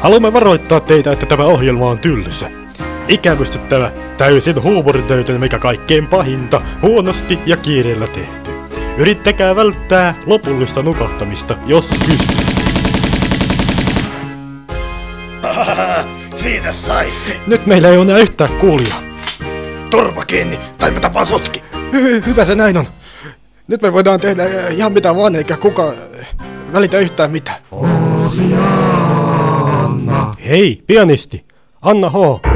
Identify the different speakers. Speaker 1: Haluamme varoittaa teitä, että tämä ohjelma on tylsä. Ikävystyttävä, täysin huumorintäytön mikä kaikkein pahinta, huonosti ja kiireellä tehty. Yrittäkää välttää lopullista nukahtamista, jos pystyy.
Speaker 2: Siitä saitte!
Speaker 1: Nyt meillä ei ole enää yhtään kuulia.
Speaker 2: Turva kiinni, tai mä tapaan sutki!
Speaker 1: Hy- hyvä se näin on. Nyt me voidaan tehdä äh, ihan mitä vaan, eikä kukaan äh, välitä yhtään mitään. Hei, pianisti! Anna H.